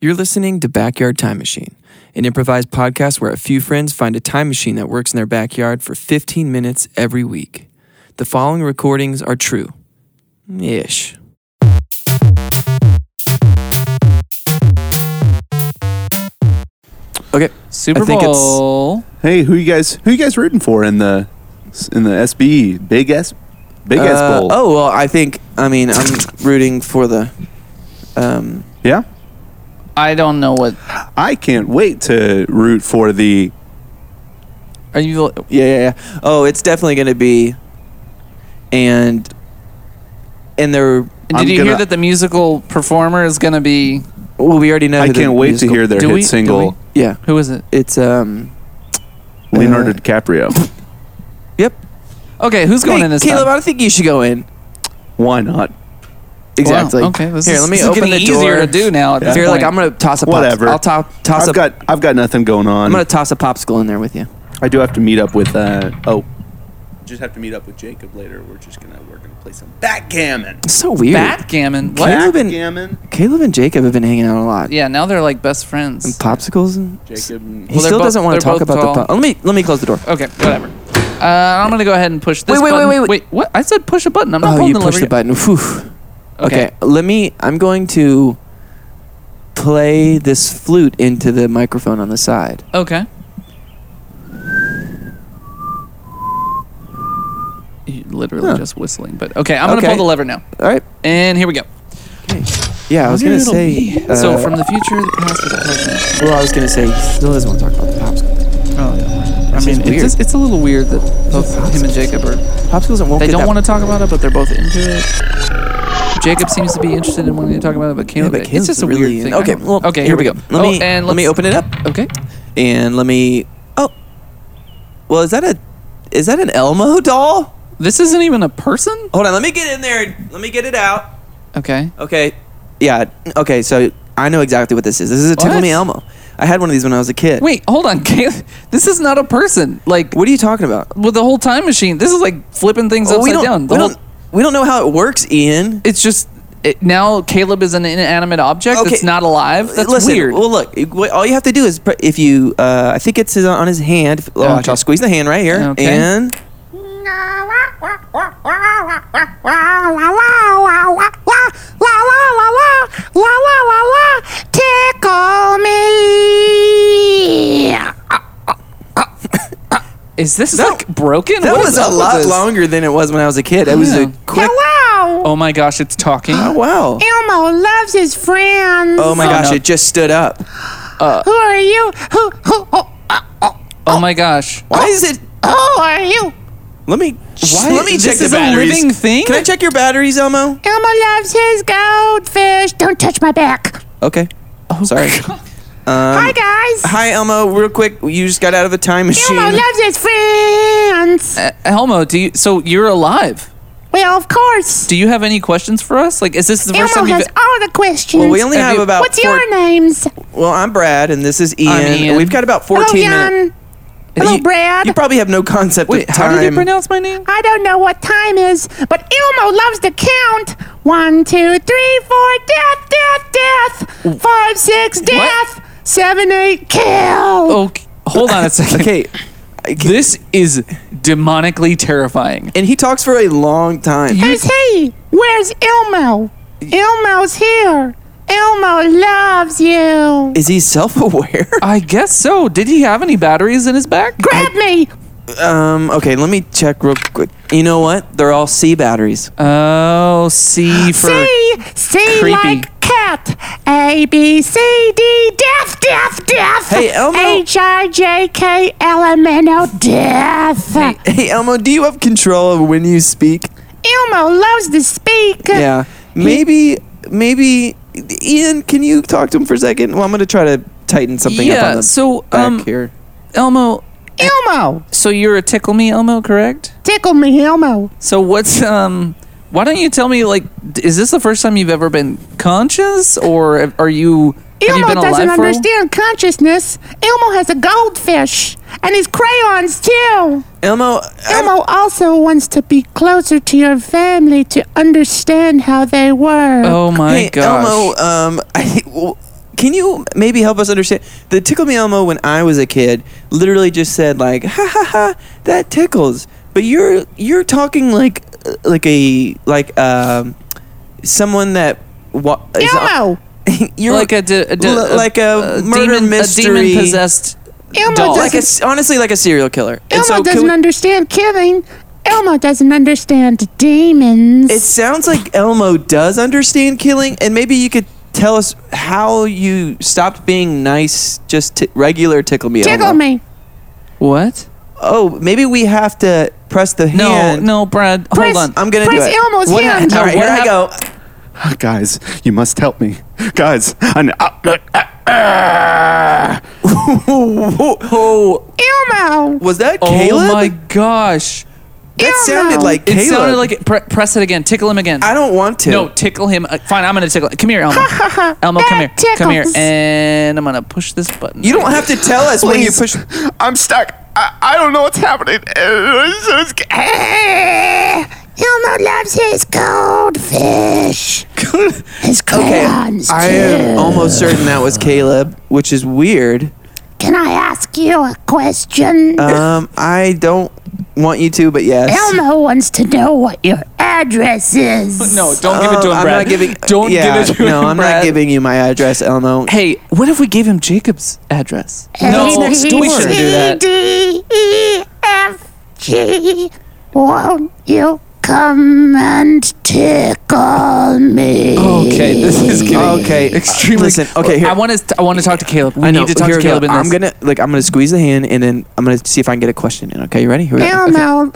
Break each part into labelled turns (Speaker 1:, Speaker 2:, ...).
Speaker 1: You're listening to Backyard Time Machine, an improvised podcast where a few friends find a time machine that works in their backyard for 15 minutes every week. The following recordings are true ish. Okay,
Speaker 2: Super
Speaker 1: I think it's-
Speaker 2: Bowl.
Speaker 3: Hey, who you guys? Who you guys rooting for in the in the SB Big S Big S
Speaker 1: Uh,
Speaker 3: Bowl?
Speaker 1: Oh well, I think I mean I'm rooting for the. Um,
Speaker 3: yeah.
Speaker 2: I don't know what
Speaker 3: I can't wait to root for the.
Speaker 1: are you? Yeah, yeah, yeah. Oh, it's definitely going to be. And. And they're
Speaker 2: Did
Speaker 3: I'm
Speaker 2: you hear
Speaker 3: gonna-
Speaker 2: that the musical performer is going to be
Speaker 1: well, we already know.
Speaker 3: I
Speaker 1: who the
Speaker 3: can't wait to
Speaker 1: musical-
Speaker 3: hear their
Speaker 2: Do
Speaker 3: hit
Speaker 2: we- do
Speaker 3: single
Speaker 1: Yeah,
Speaker 2: who is it?
Speaker 1: it's um.
Speaker 3: Leonardo
Speaker 1: Uh,
Speaker 3: DiCaprio.
Speaker 1: Yep.
Speaker 2: Okay, who's going
Speaker 1: Hey,
Speaker 2: in this
Speaker 1: Caleb, I
Speaker 2: time?
Speaker 1: don't think you should go in.
Speaker 3: Why not?
Speaker 1: Exactly.
Speaker 2: Wow, okay, this
Speaker 1: Here,
Speaker 2: is-
Speaker 1: let me
Speaker 2: this is
Speaker 1: open
Speaker 2: getting
Speaker 1: the door.
Speaker 2: easier to do now. At
Speaker 3: Yeah.
Speaker 2: this
Speaker 1: You're like I'm
Speaker 2: point.
Speaker 1: gonna toss a.
Speaker 3: Whatever.
Speaker 1: Pops- I'll top, toss
Speaker 3: I've
Speaker 1: a.
Speaker 3: got I've got nothing going on.
Speaker 1: I'm gonna toss a popsicle in there with you.
Speaker 3: I do have to meet up with. Uh, oh, just have to meet up with Jacob later. We're just gonna we're gonna play some backgammon.
Speaker 1: It's so weird.
Speaker 2: backgammon. What?
Speaker 1: Caleb and-
Speaker 3: Backgammon.
Speaker 1: Caleb and Jacob have been hanging out a lot.
Speaker 2: Yeah, now they're like best friends.
Speaker 1: And popsicles. And
Speaker 3: Jacob. And,
Speaker 1: He
Speaker 2: Well, they're
Speaker 1: still
Speaker 2: both-
Speaker 1: doesn't want
Speaker 2: they're
Speaker 1: to talk
Speaker 2: both
Speaker 1: about
Speaker 2: tall.
Speaker 1: the. Po- let me let me close the door.
Speaker 2: okay, whatever. Uh, I'm gonna go ahead and push this.
Speaker 1: Wait, wait, wait,
Speaker 2: button.
Speaker 1: wait, wait.
Speaker 2: What? I said push a button. I'm not
Speaker 1: Oh,
Speaker 2: pulling
Speaker 1: you
Speaker 2: the
Speaker 1: pushed
Speaker 2: lever.
Speaker 1: the button. Whew. Okay.
Speaker 2: Okay.
Speaker 1: let me. I'm going to play this flute into the microphone on the side.
Speaker 2: yet. Okay. You Literally
Speaker 1: Huh.
Speaker 2: just whistling, but okay. I'm gonna
Speaker 1: Okay.
Speaker 2: pull the lever now,
Speaker 1: All right.
Speaker 2: and here we go.
Speaker 1: Yeah, I was gonna
Speaker 2: Little
Speaker 1: say.
Speaker 2: bee.
Speaker 1: Uh,
Speaker 2: so from the future, the past, to the present.
Speaker 1: well, I was gonna say he still doesn't want to talk about the popsicle. thing.
Speaker 2: Oh, yeah. I
Speaker 1: This is
Speaker 2: mean, it's,
Speaker 1: weird.
Speaker 2: just, it's a little weird that both
Speaker 1: possible?
Speaker 2: him and Jacob are.
Speaker 1: Popsicles and won't
Speaker 2: They
Speaker 1: get
Speaker 2: don't
Speaker 1: that-
Speaker 2: want to talk about it, but they're both into it. Jacob seems to be interested in wanting to talk about it, but
Speaker 1: Yeah,
Speaker 2: Caleb,
Speaker 1: but
Speaker 2: it's
Speaker 1: Caleb's
Speaker 2: just a
Speaker 1: really
Speaker 2: weird
Speaker 1: in-
Speaker 2: thing. I
Speaker 1: Okay.
Speaker 2: don't-
Speaker 1: Well,
Speaker 2: okay,
Speaker 1: Here we go. Let
Speaker 2: oh,
Speaker 1: me
Speaker 2: and
Speaker 1: let me
Speaker 2: let's-
Speaker 1: open it up
Speaker 2: Okay.
Speaker 1: and let me. Oh. Well, is that a is that an Elmo doll?
Speaker 2: This isn't even a person.
Speaker 1: Hold on. Let me get in there. Let me get it out.
Speaker 2: Okay.
Speaker 1: Okay. Yeah. Okay. So I know exactly what this is. This is a Tickle
Speaker 2: What?
Speaker 1: Me Elmo. I had one of these when I was a kid.
Speaker 2: Wait, hold on, Caleb. This is not a person. Like
Speaker 1: What are you talking about?
Speaker 2: with the whole time machine. This is like flipping things
Speaker 1: Well,
Speaker 2: upside
Speaker 1: we don't.
Speaker 2: down. The
Speaker 1: we,
Speaker 2: whole,
Speaker 1: don't we don't know how it works, Ian.
Speaker 2: It's just it, now Caleb is an inanimate object
Speaker 1: Okay.
Speaker 2: that's not alive. That's
Speaker 1: Listen,
Speaker 2: weird.
Speaker 1: Well, look. it- what- All you have to do is pre- if you. Uh, I think it's on his hand. If- oh, watch,
Speaker 2: Okay.
Speaker 1: I'll squeeze the hand right here.
Speaker 2: Okay.
Speaker 1: And
Speaker 4: Tickle me.
Speaker 2: is this
Speaker 1: that-
Speaker 2: like broken?
Speaker 1: that
Speaker 2: What is
Speaker 1: was
Speaker 2: up
Speaker 1: a
Speaker 2: with
Speaker 1: lot
Speaker 2: this?
Speaker 1: longer than it was when I was a kid. It was
Speaker 2: Yeah.
Speaker 1: a quick.
Speaker 4: Hello.
Speaker 2: Oh my gosh, it's talking.
Speaker 1: Oh wow.
Speaker 4: Elmo loves his friends.
Speaker 1: Oh my
Speaker 2: Oh,
Speaker 1: gosh!
Speaker 2: no.
Speaker 1: It just stood up.
Speaker 4: Who are you? Who, who, who,
Speaker 2: Oh my gosh.
Speaker 1: Why is it?
Speaker 4: who are you?
Speaker 1: Let me.
Speaker 2: Why-
Speaker 1: Let me
Speaker 2: this
Speaker 1: check the
Speaker 2: is a
Speaker 1: batteries.
Speaker 2: living thing?
Speaker 1: Can I check your batteries, Elmo?
Speaker 4: Elmo loves his goldfish. Don't touch my back.
Speaker 1: Okay. Sorry.
Speaker 4: Hi, guys.
Speaker 1: Um, Hi, Elmo. Real quick, you just got out of a time machine.
Speaker 4: Elmo loves his friends.
Speaker 2: Uh, Elmo, do you? So you're alive.
Speaker 4: well, of course.
Speaker 2: Do you have any questions for us? Like, is this the first
Speaker 4: Elmo
Speaker 2: time
Speaker 4: has
Speaker 2: you've? e-
Speaker 4: all the questions.
Speaker 1: Well, we only have
Speaker 2: you-
Speaker 1: about.
Speaker 4: What's
Speaker 1: four-
Speaker 4: your names?
Speaker 1: Well, I'm Brad, and this is Ian.
Speaker 2: Ian.
Speaker 1: We've got about
Speaker 4: Hello,
Speaker 1: 14 minutes.
Speaker 4: Jan. Hello,
Speaker 1: you,
Speaker 4: Brad.
Speaker 1: You probably have no concept
Speaker 2: Wait,
Speaker 1: of
Speaker 2: how
Speaker 1: time.
Speaker 2: did you pronounce my name?
Speaker 4: I don't know what time is, but Elmo loves to count. One, two, three, four, death, death, death. Five, six, death. Seven, eight, kill.
Speaker 1: Oh,
Speaker 2: Okay, Oh, hold on a second.
Speaker 1: Okay.
Speaker 2: This is demonically terrifying.
Speaker 1: And he talks for a long time.
Speaker 4: Where's he? Where's Elmo? Elmo's here. Elmo loves you.
Speaker 1: Is he self-aware?
Speaker 2: I guess so. Did he have any batteries in his back?
Speaker 4: Grab me.
Speaker 1: um. Okay. Let me check real quick. You know what? They're all C batteries.
Speaker 2: Oh, C for
Speaker 4: C, C
Speaker 2: creepy.
Speaker 4: like cat. A, B, C, D, death, death, death.
Speaker 1: Hey, Elmo.
Speaker 4: H, I, J, K, L, M, N, O, death.
Speaker 1: Hey, Elmo. Do you have control of when you speak?
Speaker 4: Elmo loves to speak.
Speaker 1: Yeah. Maybe. Maybe. Ian, can you talk to him for a second? Well, I'm gonna try to tighten something up
Speaker 2: Yeah,
Speaker 1: on the
Speaker 2: so,
Speaker 1: back
Speaker 2: um,
Speaker 1: here.
Speaker 2: Elmo.
Speaker 4: Elmo.
Speaker 2: So you're a tickle me Elmo, correct?
Speaker 4: Tickle me, Elmo.
Speaker 2: So what's um? Why don't you tell me like, d- is this the first time you've ever been conscious, or are you? Have you
Speaker 4: Elmo
Speaker 2: been alive
Speaker 4: doesn't
Speaker 2: for a while?
Speaker 4: understand consciousness. Elmo has a goldfish and his crayons too.
Speaker 1: Elmo. I'm-
Speaker 4: Elmo also wants to be closer to your family to understand how they work.
Speaker 2: Oh my
Speaker 1: hey,
Speaker 2: gosh!
Speaker 1: Elmo, um, I, well, can you maybe help us understand the tickle me Elmo when I was a kid? Literally just said like ha ha ha that tickles, but you're you're talking like uh, like a like um someone that wa- is
Speaker 4: Elmo.
Speaker 1: you're
Speaker 2: like a, de- a de-
Speaker 1: li- like a, murder
Speaker 2: demon,
Speaker 1: mystery
Speaker 2: a demon possessed
Speaker 4: Elmo
Speaker 2: doll.
Speaker 1: like a s honestly like a serial killer.
Speaker 4: Elmo
Speaker 1: can
Speaker 4: doesn't
Speaker 1: we-
Speaker 4: understand killing. Elmo doesn't understand demons.
Speaker 1: It sounds like Elmo does understand killing, and maybe you could tell us how you stopped being nice, just t- regular tickle me.
Speaker 4: Tickle
Speaker 1: Elmo.
Speaker 4: me.
Speaker 2: what?
Speaker 1: Oh, maybe we have to press the
Speaker 2: No,
Speaker 1: hand.
Speaker 2: no, Brad.
Speaker 4: Press-
Speaker 2: hold on.
Speaker 1: I'm gonna
Speaker 4: Press
Speaker 1: do it.
Speaker 4: Elmo's
Speaker 1: What
Speaker 4: hand.
Speaker 1: hap- All right,
Speaker 2: No,
Speaker 1: here
Speaker 2: what
Speaker 1: I go.
Speaker 5: Guys, you must help me. Guys, I
Speaker 3: uh,
Speaker 5: know.
Speaker 1: Oh,
Speaker 4: Elmo.
Speaker 1: was that
Speaker 2: Oh
Speaker 1: Caleb?
Speaker 2: my gosh!
Speaker 1: that sounded
Speaker 4: Elmo.
Speaker 1: like
Speaker 2: It
Speaker 1: Caleb.
Speaker 2: sounded like it. Pre- press it again. Tickle him again.
Speaker 1: I don't want to.
Speaker 2: No, tickle him. Uh, fine, I'm gonna tickle. Come here, Elmo. Elmo, come here.
Speaker 4: That
Speaker 2: Come here,
Speaker 4: tickles.
Speaker 2: and I'm gonna push this button.
Speaker 1: you don't have to tell us when you
Speaker 5: Please.
Speaker 1: push.
Speaker 5: I'm stuck. I, I don't know what's happening.
Speaker 4: Elmo loves his goldfish. his crayons.
Speaker 1: I am almost certain that was Caleb, which is weird.
Speaker 4: Can I ask you a question?
Speaker 1: Um, I don't want you to, but yes.
Speaker 4: Elmo wants to know what your address is.
Speaker 2: No, don't give it
Speaker 1: Um,
Speaker 2: to him,
Speaker 1: I'm not
Speaker 2: Brad.
Speaker 1: giving.
Speaker 2: Don't
Speaker 1: yeah,
Speaker 2: give it to him.
Speaker 1: No, I'm
Speaker 2: Brad.
Speaker 1: not giving you my address, Elmo.
Speaker 2: Hey, what if we gave him Jacob's address?
Speaker 1: No,
Speaker 2: we
Speaker 1: next door.
Speaker 2: shouldn't do
Speaker 4: A, B, C,
Speaker 2: that.
Speaker 4: D, E, F, G. Won't you come and tickle me?
Speaker 2: Okay, this is getting
Speaker 1: Okay,
Speaker 2: extremely.
Speaker 1: listen, okay, here-
Speaker 2: I want to. I want to talk to Caleb. We
Speaker 1: I know.
Speaker 2: need to talk
Speaker 1: Here
Speaker 2: to
Speaker 1: we go.
Speaker 2: Caleb in this.
Speaker 1: I'm gonna like I'm gonna squeeze the hand and then I'm gonna see if I can get a question in. Okay, you ready? Here we go. Okay.
Speaker 4: Elmo,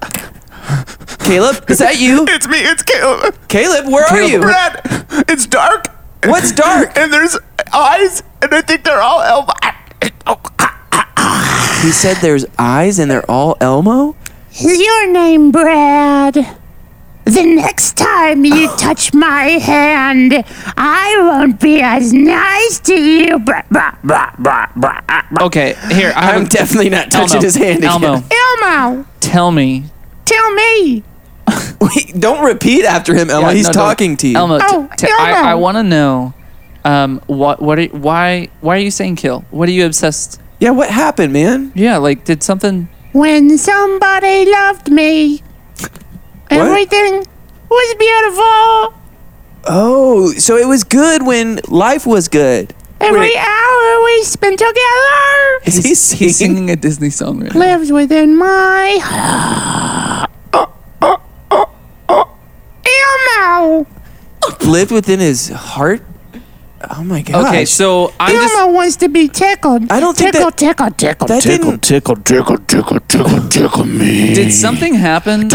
Speaker 1: Caleb, is that you?
Speaker 5: It's me. It's Caleb.
Speaker 1: Caleb, where are
Speaker 2: Caleb,
Speaker 1: you?
Speaker 5: Brad, it's dark.
Speaker 1: What's dark?
Speaker 5: And there's eyes, and I think they're all elf.
Speaker 1: He said there's eyes and they're all Elmo.
Speaker 4: is your name Brad? The next time you touch my hand, I won't be as nice to you. Blah, blah, blah, blah, blah.
Speaker 2: okay, here. I
Speaker 1: I'm
Speaker 2: haven't-
Speaker 1: definitely not touching
Speaker 2: Elmo,
Speaker 1: his hand again.
Speaker 2: Elmo,
Speaker 4: Elmo,
Speaker 2: tell me.
Speaker 4: tell me.
Speaker 1: Wait, don't repeat after him, Elmo.
Speaker 2: Yeah,
Speaker 1: He's
Speaker 2: Uh, no, don't-
Speaker 1: talking to you.
Speaker 2: Elmo, t-
Speaker 4: Oh,
Speaker 2: t- I,
Speaker 4: Elmo.
Speaker 2: I want to know. Um, what? What? Are, why? Why are you saying kill? What are you obsessed?
Speaker 1: Yeah, what happened, man?
Speaker 2: Yeah, like did something?
Speaker 4: When somebody loved me, everything was beautiful.
Speaker 1: Oh, so it was good when life was good.
Speaker 4: Every
Speaker 1: Wait.
Speaker 4: hour we spent together
Speaker 1: Is he singing?
Speaker 2: He's singing a Disney song right now.
Speaker 4: lives within my heart. Elmo!
Speaker 1: lived within his heart? Oh my gosh.
Speaker 2: Okay, so I'm
Speaker 4: Elmo
Speaker 2: just.
Speaker 4: wants to be tickled.
Speaker 1: I don't think
Speaker 4: tickle,
Speaker 1: that-
Speaker 4: tickle, tickle,
Speaker 1: that
Speaker 4: tickle.
Speaker 1: didn't
Speaker 5: Tickle, tickle, tickle, tickle, tickle me.
Speaker 2: Did something happen?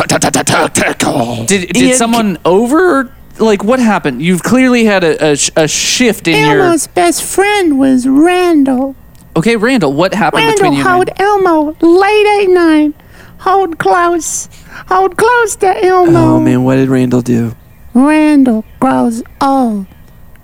Speaker 5: Tickle.
Speaker 2: Did did
Speaker 1: Ian,
Speaker 2: someone over? Like what happened? You've clearly had a, a, sh- a shift in your.
Speaker 4: Elmo's best friend was Randall.
Speaker 2: Okay, Randall, what happened
Speaker 4: Randall
Speaker 2: between you? and
Speaker 4: hold Elmo late at night. Hold close. Hold close to Elmo.
Speaker 1: Oh man, what did Randall do?
Speaker 4: Randall grows old.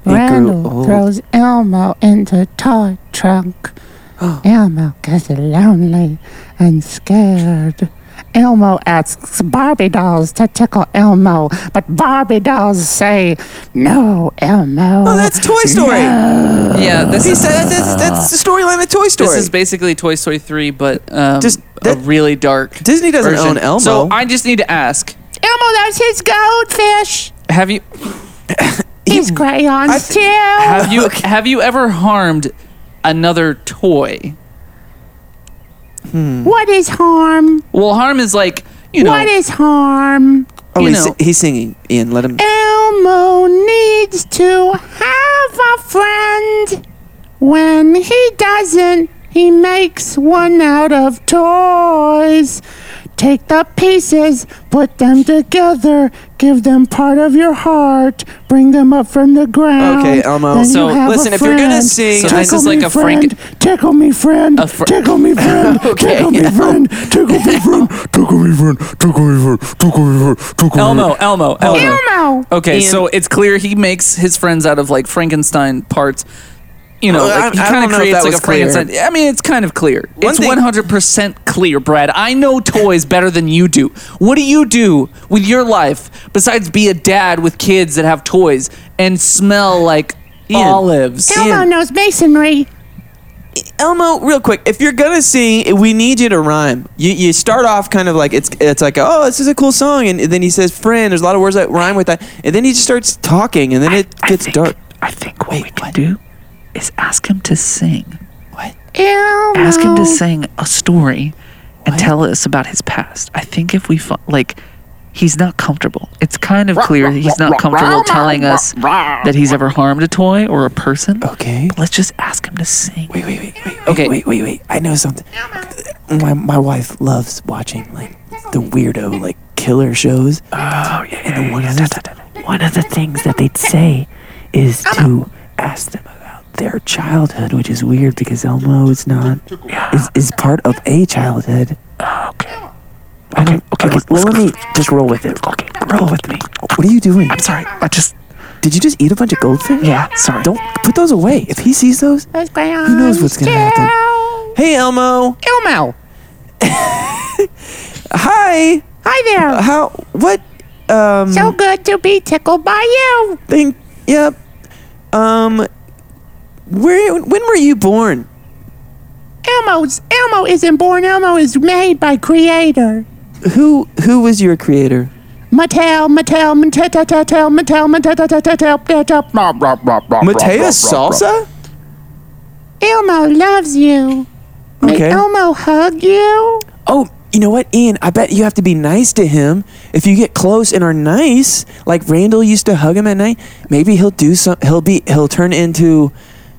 Speaker 1: grew
Speaker 4: Randall
Speaker 1: old.
Speaker 4: throws Elmo into toy trunk.
Speaker 1: Oh.
Speaker 4: Elmo gets lonely and scared. Elmo asks Barbie dolls to tickle Elmo, but Barbie dolls say, "No, Elmo."
Speaker 1: Oh, that's Toy Story.
Speaker 2: Yeah, this
Speaker 1: He
Speaker 2: is
Speaker 1: said that- that's, that's the storyline of Toy Story.
Speaker 2: this is basically Toy Story three, but um,
Speaker 1: Just-
Speaker 2: a
Speaker 1: that-
Speaker 2: really dark.
Speaker 1: Disney doesn't
Speaker 2: version.
Speaker 1: own Elmo.
Speaker 2: So I just need to ask:
Speaker 4: Elmo loves his goldfish.
Speaker 2: Have you
Speaker 4: His crayons too.
Speaker 2: have you have you ever harmed another toy?
Speaker 4: what is harm?
Speaker 2: Well, harm is like you know.
Speaker 4: What is harm?
Speaker 1: oh,
Speaker 2: you
Speaker 1: he's,
Speaker 2: know.
Speaker 1: he's singing. Ian, let him.
Speaker 4: Elmo needs to have a friend. When he doesn't, he makes one out of toys. Take the pieces, put them together, give them part of your heart, bring them up from the ground.
Speaker 1: Okay, Elmo.
Speaker 4: Then you
Speaker 2: So,
Speaker 4: have a
Speaker 1: listen, if you're gonna
Speaker 4: friend.
Speaker 1: sing- So
Speaker 4: tickle
Speaker 2: this is
Speaker 4: me,
Speaker 2: like a Frank-
Speaker 4: friend, tickle me, friend,
Speaker 2: A fr-
Speaker 4: tickle me, friend, tickle me, friend, tickle me,
Speaker 5: Tickle me,
Speaker 4: friend.
Speaker 5: friend. Tickle me, friend. Tickle me, friend. Tickle me.
Speaker 2: Elmo, Elmo, Elmo.
Speaker 4: Elmo.
Speaker 2: Okay,
Speaker 1: Ian-
Speaker 2: so it's clear he makes his friends out of like Frankenstein parts. You know,
Speaker 1: Well,
Speaker 2: like, he
Speaker 1: I- I
Speaker 2: kind
Speaker 1: don't
Speaker 2: of
Speaker 1: know if
Speaker 2: creates
Speaker 1: that
Speaker 2: like a
Speaker 1: was clear.
Speaker 2: Frankenstein. I mean, it's kind of clear.
Speaker 1: One
Speaker 2: it's
Speaker 1: thing-
Speaker 2: one hundred percent clear, Brad. I know toys better than you do. What do you do with your life besides be a dad with kids that have toys and smell like Ian.
Speaker 6: Olives.
Speaker 4: Elmo knows masonry.
Speaker 1: Elmo, real quick, if you're gonna sing, we need you to rhyme. You, you start off kind of like it's it's like oh this is a cool song, and then he says friend. There's a lot of words that rhyme with that, and then he just starts talking, and then it gets dark.
Speaker 6: I think what we can do is ask him to sing.
Speaker 4: Elmo.
Speaker 6: Ask him to sing a story and tell us about his past. I think if we fi- like, he's not comfortable. It's kind of clear he's not comfortable telling us that he's ever harmed a toy or a person.
Speaker 1: Okay.
Speaker 6: Let's just ask him to sing.
Speaker 1: Wait, wait, wait, wait. wait,
Speaker 2: Okay.
Speaker 1: Wait, wait, wait. I know something. My my wife loves watching like the weirdo like killer shows.
Speaker 6: Oh yeah, yeah,
Speaker 1: One of, the, one of the things that they'd say is to ask them about their childhood, which is weird because Elmo is not is, is part of a childhood.
Speaker 6: Okay, okay,
Speaker 1: Okay,
Speaker 6: let's,
Speaker 1: well,
Speaker 6: let's
Speaker 1: let
Speaker 6: go.
Speaker 1: me just roll with it.
Speaker 6: Okay, roll with me.
Speaker 1: What are you doing?
Speaker 6: I'm sorry. I just
Speaker 1: Did you just eat a bunch of goldfish?
Speaker 6: yeah, sorry.
Speaker 1: Don't put those away. If he sees those,
Speaker 4: Those crayons.
Speaker 1: who knows what's gonna happen?
Speaker 4: too.
Speaker 1: Hey, Elmo.
Speaker 4: Elmo.
Speaker 1: Hi.
Speaker 4: Hi there.
Speaker 1: How? What? Um.
Speaker 4: so good to be tickled by you.
Speaker 1: Think. Yep. Um. Where? When were you born?
Speaker 4: Elmo's Elmo isn't born. Elmo is made by creator.
Speaker 1: Who? Who was your creator?
Speaker 4: Mattel, Mattel, Mattel, Mattel, Mattel, Mattel, Mattel, Mattel, Mattel, Mattel.
Speaker 1: Mateus Salsa.
Speaker 4: Elmo loves you. May
Speaker 1: Okay.
Speaker 4: Elmo hug you.
Speaker 1: Oh, you know what, Ian? I bet you have to be nice to him. If you get close and are nice, like Randall used to hug him at night, maybe he'll do some. He'll be. He'll turn into.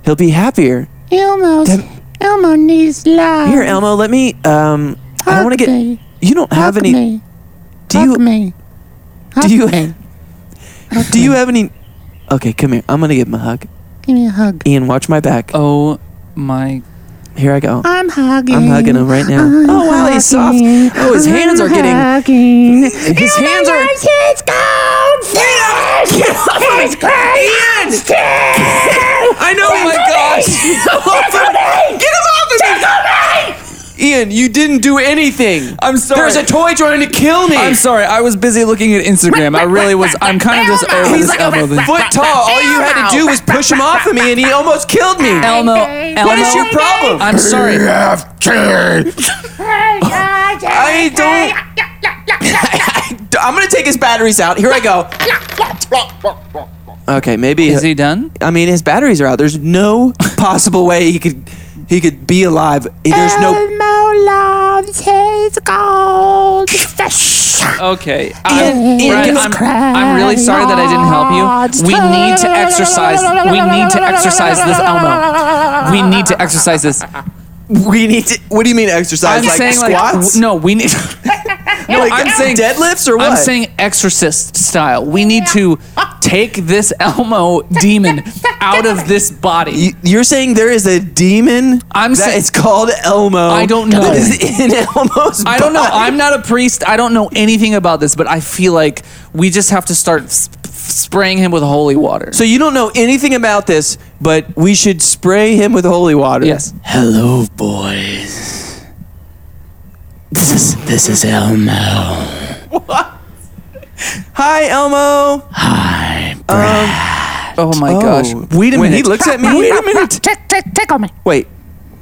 Speaker 1: He'll be happier.
Speaker 4: Elmo's
Speaker 1: Deb-
Speaker 4: Elmo needs love.
Speaker 1: Here, Elmo. Let me. Um. I don't
Speaker 4: Hug
Speaker 1: want to get.
Speaker 4: me.
Speaker 1: You don't have
Speaker 4: Hug
Speaker 1: any.
Speaker 4: me.
Speaker 1: Do
Speaker 4: hug
Speaker 1: you?
Speaker 4: me. Hug
Speaker 1: you-
Speaker 4: me. Hug
Speaker 1: Do
Speaker 4: me.
Speaker 1: you have any? Okay, come here. I'm gonna give him a hug.
Speaker 4: Give me a hug.
Speaker 1: Ian, watch my back.
Speaker 2: Oh my.
Speaker 1: Here I go.
Speaker 4: I'm hugging.
Speaker 1: I'm hugging him right now.
Speaker 4: I'm
Speaker 1: Oh, wow, he's soft.
Speaker 4: hugging.
Speaker 1: Oh, his hands are
Speaker 4: I'm
Speaker 1: getting-
Speaker 4: Hugging.
Speaker 1: His hands are. Oh,
Speaker 4: It's goldfish. It's crayons.
Speaker 1: I know. Oh my gosh. Get him off of me! Ian, you didn't do anything.
Speaker 2: I'm sorry.
Speaker 1: There's a toy trying to kill me.
Speaker 2: I'm sorry. I was busy looking at Instagram. I really was. I'm kind of just over
Speaker 1: He's
Speaker 2: this
Speaker 1: like
Speaker 2: elbow
Speaker 1: a
Speaker 2: thing.
Speaker 1: foot tall. All you had to do was push him off of me, and he almost killed me.
Speaker 2: Elmo. Elmo.
Speaker 1: What is your problem?
Speaker 2: I'm sorry.
Speaker 1: I don't. I'm gonna take his batteries out. Here I go. Okay, maybe.
Speaker 2: Is he done?
Speaker 1: I mean, his batteries are out. There's no possible way he could he could be alive. There's no.
Speaker 4: Elmo loves his goldfish.
Speaker 2: Okay.
Speaker 1: Ian,
Speaker 2: I'm,
Speaker 1: Ian,
Speaker 2: Brian,
Speaker 1: give us
Speaker 2: I'm,
Speaker 4: credit.
Speaker 2: I'm really sorry that I didn't help you. We need to exercise. We need to exercise this, Elmo. We need to exercise this.
Speaker 1: We need to. What do you mean exercise?
Speaker 2: Um, I'm
Speaker 1: like
Speaker 2: saying
Speaker 1: squats?
Speaker 2: like no, we need. no,
Speaker 1: Like,
Speaker 2: I'm saying
Speaker 1: deadlifts or what?
Speaker 2: I'm saying exorcist style. We need to take this Elmo demon out of this body.
Speaker 1: Y- You're saying there is a demon
Speaker 2: I'm
Speaker 1: that
Speaker 2: saying-
Speaker 1: it's called Elmo.
Speaker 2: I don't know.
Speaker 1: That is in Elmo's.
Speaker 2: I don't know.
Speaker 1: body.
Speaker 2: I'm not a priest. I don't know anything about this, but I feel like we just have to start sp- spraying him with holy water.
Speaker 1: So you don't know anything about this, but we should spray him with holy water.
Speaker 2: yes.
Speaker 7: Hello, boys. This is this is Elmo.
Speaker 1: Hi, Elmo.
Speaker 2: Oh my gosh.
Speaker 1: Oh, Wait a minute. He looks at me. Wait a minute.
Speaker 4: Tick, tick, tickle me.
Speaker 1: Wait.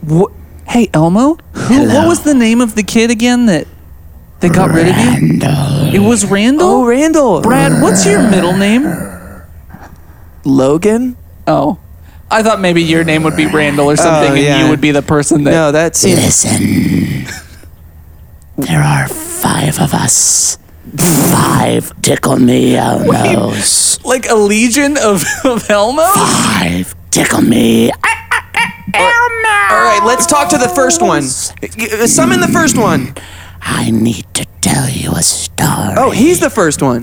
Speaker 1: What?
Speaker 2: Hey Elmo, who, what was the name of the kid again that that got rid of you? It was
Speaker 1: Oh,
Speaker 2: Randall.
Speaker 1: Randall.
Speaker 2: Brad, what's your middle name?
Speaker 1: Logan.
Speaker 2: Oh, I thought maybe your name would be Randall or something,
Speaker 1: Oh, yeah.
Speaker 2: and you would be the person that.
Speaker 1: No, that seems.
Speaker 7: Listen. There are five of us. Five tickle me Elmos.
Speaker 2: Like a legion of, of Elmo?
Speaker 7: Five tickle me.
Speaker 1: All right, let's talk to the first one. Uh, Summon the first one.
Speaker 7: I need to tell you a story.
Speaker 1: Oh, he's the first one.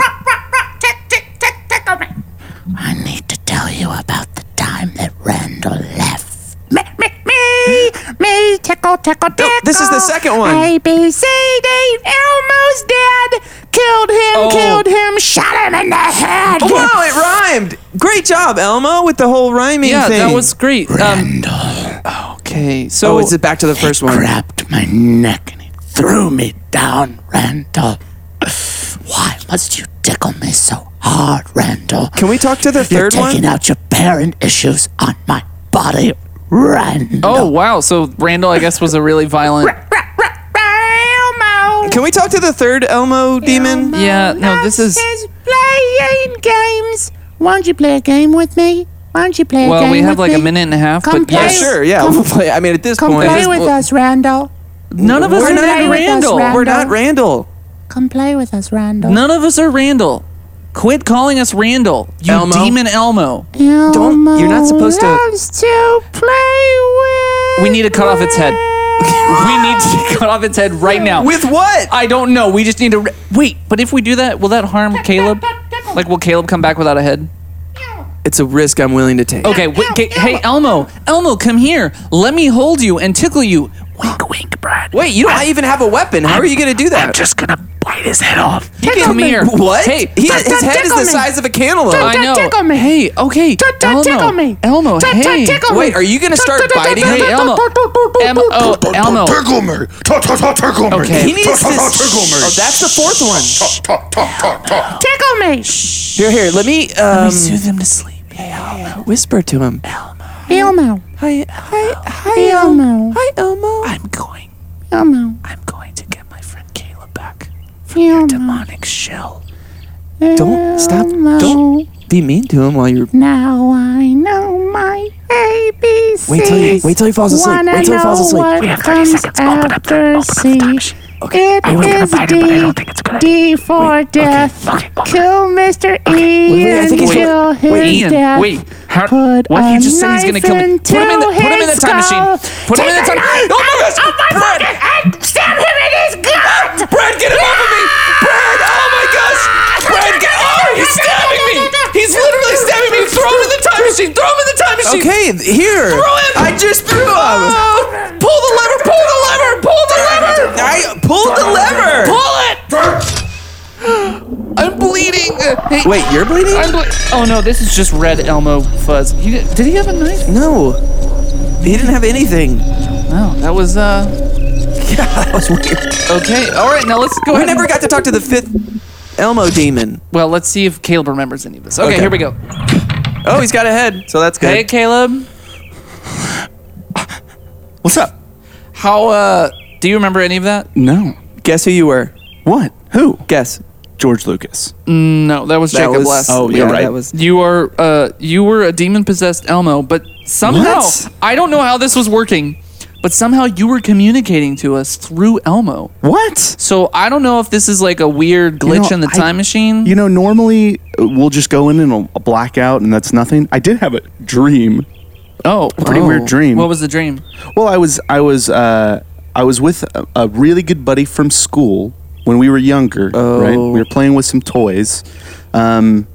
Speaker 7: I need to tell you about the time that Randall left.
Speaker 4: Me, me, me, me, tickle, tickle, tickle.
Speaker 1: this is the second one.
Speaker 4: A, B, C, D, Elmo's dead. Killed him,
Speaker 1: Oh.
Speaker 4: killed him, shot him in the head.
Speaker 1: Wow, it rhymed. Great job, Elmo, with the whole rhyming
Speaker 2: Yeah,
Speaker 1: thing.
Speaker 2: that was great. Um,
Speaker 7: Randall
Speaker 2: okay, so
Speaker 1: Oh, it's back to the first one.
Speaker 7: grabbed my neck and he threw me down, Randall. Why must you tickle me so hard, Randall.
Speaker 1: Can we talk to the
Speaker 7: You're
Speaker 1: third
Speaker 7: taking
Speaker 1: one?
Speaker 7: out your parent issues on my body, Randall.
Speaker 2: Oh wow! So Randall, I guess, was a really violent.
Speaker 1: Can we talk to the third Elmo demon?
Speaker 6: Yeah, no, this is.
Speaker 4: Says playing games. Won't you play a game with me? Won't you play a
Speaker 2: Well,
Speaker 4: game
Speaker 2: we have
Speaker 4: with
Speaker 2: like a
Speaker 4: me?
Speaker 2: minute and a half,
Speaker 4: Come
Speaker 2: but
Speaker 4: play.
Speaker 2: yeah,
Speaker 1: Yeah, sure. Yeah, we'll play. I mean, at this
Speaker 4: Come
Speaker 1: point,
Speaker 4: play with us, Randall.
Speaker 2: none of us
Speaker 1: we're
Speaker 2: are
Speaker 1: not
Speaker 4: play with us,
Speaker 2: Randall.
Speaker 4: Randall.
Speaker 1: we're not Randall.
Speaker 4: Come play with us, Randall.
Speaker 2: None of us are Randall. Quit calling us Randall. You
Speaker 1: Elmo?
Speaker 2: demon Elmo.
Speaker 1: Don't- you're not supposed to-
Speaker 4: Loves to play with.
Speaker 2: We need to cut off its head. we need to cut off its head right now.
Speaker 1: With what?
Speaker 2: I don't know. We just need to re- wait. But if we do that, will that harm Caleb? Like, will Caleb come back without a head?
Speaker 1: It's a risk I'm willing to take.
Speaker 2: Okay. Wait, ca- hey, Elmo. Elmo, come here. Let me hold you and tickle you.
Speaker 6: Wink, wink, Brad.
Speaker 1: Wait, you don't even have a weapon. How are you going to do that?
Speaker 6: I'm just gonna bite his head off.
Speaker 2: Come here.
Speaker 1: What?
Speaker 2: Hey,
Speaker 1: He- his head is
Speaker 4: tickle
Speaker 1: the
Speaker 4: me.
Speaker 1: size of a cantaloupe.
Speaker 2: I know.
Speaker 4: tickle me.
Speaker 2: Hey, okay. Elmo.
Speaker 4: tickle me.
Speaker 2: Elmo,
Speaker 4: Tick, tick,
Speaker 2: hey.
Speaker 4: tickle me.
Speaker 1: Wait, are you going to start biting him?
Speaker 2: Hey, Elmo. Em- oh, Elmo.
Speaker 8: Tickle me. Ta ta ta tickle me.
Speaker 2: Okay.
Speaker 1: He needs
Speaker 8: Ta, ta, ta,
Speaker 1: this.
Speaker 8: tickle me.
Speaker 1: Oh, that's the fourth one.
Speaker 8: Ta ta ta ta.
Speaker 4: Tickle me.
Speaker 1: Here, here. Let me um,
Speaker 2: Soothe him to sleep.
Speaker 1: whisper to him.
Speaker 4: Elmo.
Speaker 1: Hi, hi, hi,
Speaker 4: Elmo.
Speaker 1: Hi, Elmo.
Speaker 6: I'm going.
Speaker 4: Elmo.
Speaker 6: I'm going to get my friend Caleb back.
Speaker 4: Elmo.
Speaker 6: Demonic shell.
Speaker 1: Don't stop. Don't
Speaker 4: Elmo.
Speaker 1: be mean to him while you're.
Speaker 4: Now I know my ABCs.
Speaker 1: Wait till he- wait till he falls asleep.
Speaker 4: Wanna
Speaker 1: Wait till he falls
Speaker 4: know
Speaker 1: asleep.
Speaker 4: What
Speaker 6: We have 30
Speaker 4: comes
Speaker 6: seconds. Open up
Speaker 4: after
Speaker 6: the- open up the
Speaker 4: C.
Speaker 6: stop.
Speaker 4: It
Speaker 6: I was gonna
Speaker 4: is
Speaker 6: bite him, but I don't think it's a good
Speaker 4: D, D for death.
Speaker 6: Okay, okay.
Speaker 4: Kill Mr. E
Speaker 1: wait, I
Speaker 4: and
Speaker 1: think he's
Speaker 4: kill his
Speaker 2: Ian,
Speaker 4: death.
Speaker 2: wait. How,
Speaker 4: Put
Speaker 2: what? He
Speaker 4: a
Speaker 2: just said he's gonna
Speaker 4: knife
Speaker 2: kill me. Put him in the,
Speaker 4: into
Speaker 2: put him in the
Speaker 4: his
Speaker 2: time
Speaker 4: skull.
Speaker 2: machine. Put him in the
Speaker 4: Take
Speaker 2: time.
Speaker 4: a knife
Speaker 2: Oh my gosh! Brad! Ah,
Speaker 4: and stab him in his gut!
Speaker 2: Brad, get him off of me! Brad! Oh my
Speaker 4: Ah,
Speaker 2: gosh! Brad, get! Oh, he's stabbing me! He's literally stabbing me! Throw him in the time machine! Throw him in the time machine!
Speaker 1: Okay, here.
Speaker 2: Throw him!
Speaker 1: I just threw him.
Speaker 2: Oh! Pull the lever! Pull the lever! Pull the lever!
Speaker 1: I pulled the lever.
Speaker 2: Pull it! I'm bleeding. Hey,
Speaker 1: Wait, you're bleeding?
Speaker 2: I'm ble- oh no, this is just red Elmo fuzz. He did, did he have a knife?
Speaker 1: no, he didn't have anything.
Speaker 2: No, that was uh.
Speaker 1: Yeah, that was weird.
Speaker 2: Okay, all right, now let's go.
Speaker 1: We
Speaker 2: ahead
Speaker 1: never
Speaker 2: and-
Speaker 1: got to talk to the fifth Elmo demon.
Speaker 2: Well, let's see if Caleb remembers any of this. Okay,
Speaker 1: Okay.
Speaker 2: here we go.
Speaker 1: Oh, he's got a head, so that's good.
Speaker 2: Hey, Caleb,
Speaker 5: What's up?
Speaker 2: how uh do you remember any of that?
Speaker 5: No.
Speaker 1: Guess who you were?
Speaker 5: What? Who?
Speaker 1: Guess.
Speaker 5: George Lucas.
Speaker 2: No, that was
Speaker 1: That
Speaker 2: Jacob
Speaker 1: was-
Speaker 2: Less.
Speaker 5: Oh, you're right.
Speaker 1: That was
Speaker 2: You are uh you were a demon possessed Elmo, but somehow
Speaker 1: What?
Speaker 2: I don't know how this was working, but somehow you were communicating to us through Elmo.
Speaker 5: What?
Speaker 2: So I don't know if this is like a weird glitch in the
Speaker 5: I-
Speaker 2: time machine.
Speaker 5: You know, normally uh, we'll just go in and a a blackout, and that's nothing. I did have a dream,
Speaker 2: oh,
Speaker 5: a pretty weird dream.
Speaker 2: What was the dream?
Speaker 5: Well, I was, I was, uh, I was with a, a really good buddy from school when we were younger. Right, we were playing with some toys, um,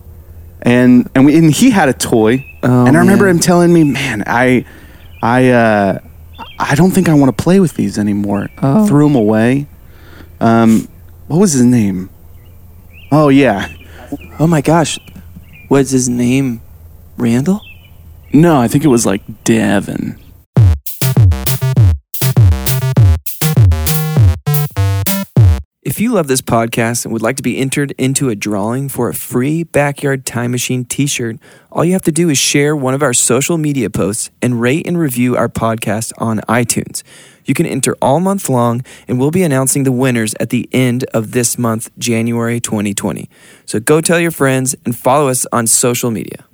Speaker 5: and and we and he had a toy, and I remember
Speaker 1: man.
Speaker 5: him telling me, "Man, I, I, uh, I don't think I want to play with these anymore." Threw him away. Um, what was his name? Oh yeah,
Speaker 1: Oh my gosh. Was his name Randall?
Speaker 5: no, I think it was like Devin.
Speaker 1: If you love this podcast and would like to be entered into a drawing for a free Backyard Time Machine t shirt, all you have to do is share one of our social media posts and rate and review our podcast on iTunes. You can enter all month long, and we'll be announcing the winners at the end of this month, January 2020. So go tell your friends and follow us on social media.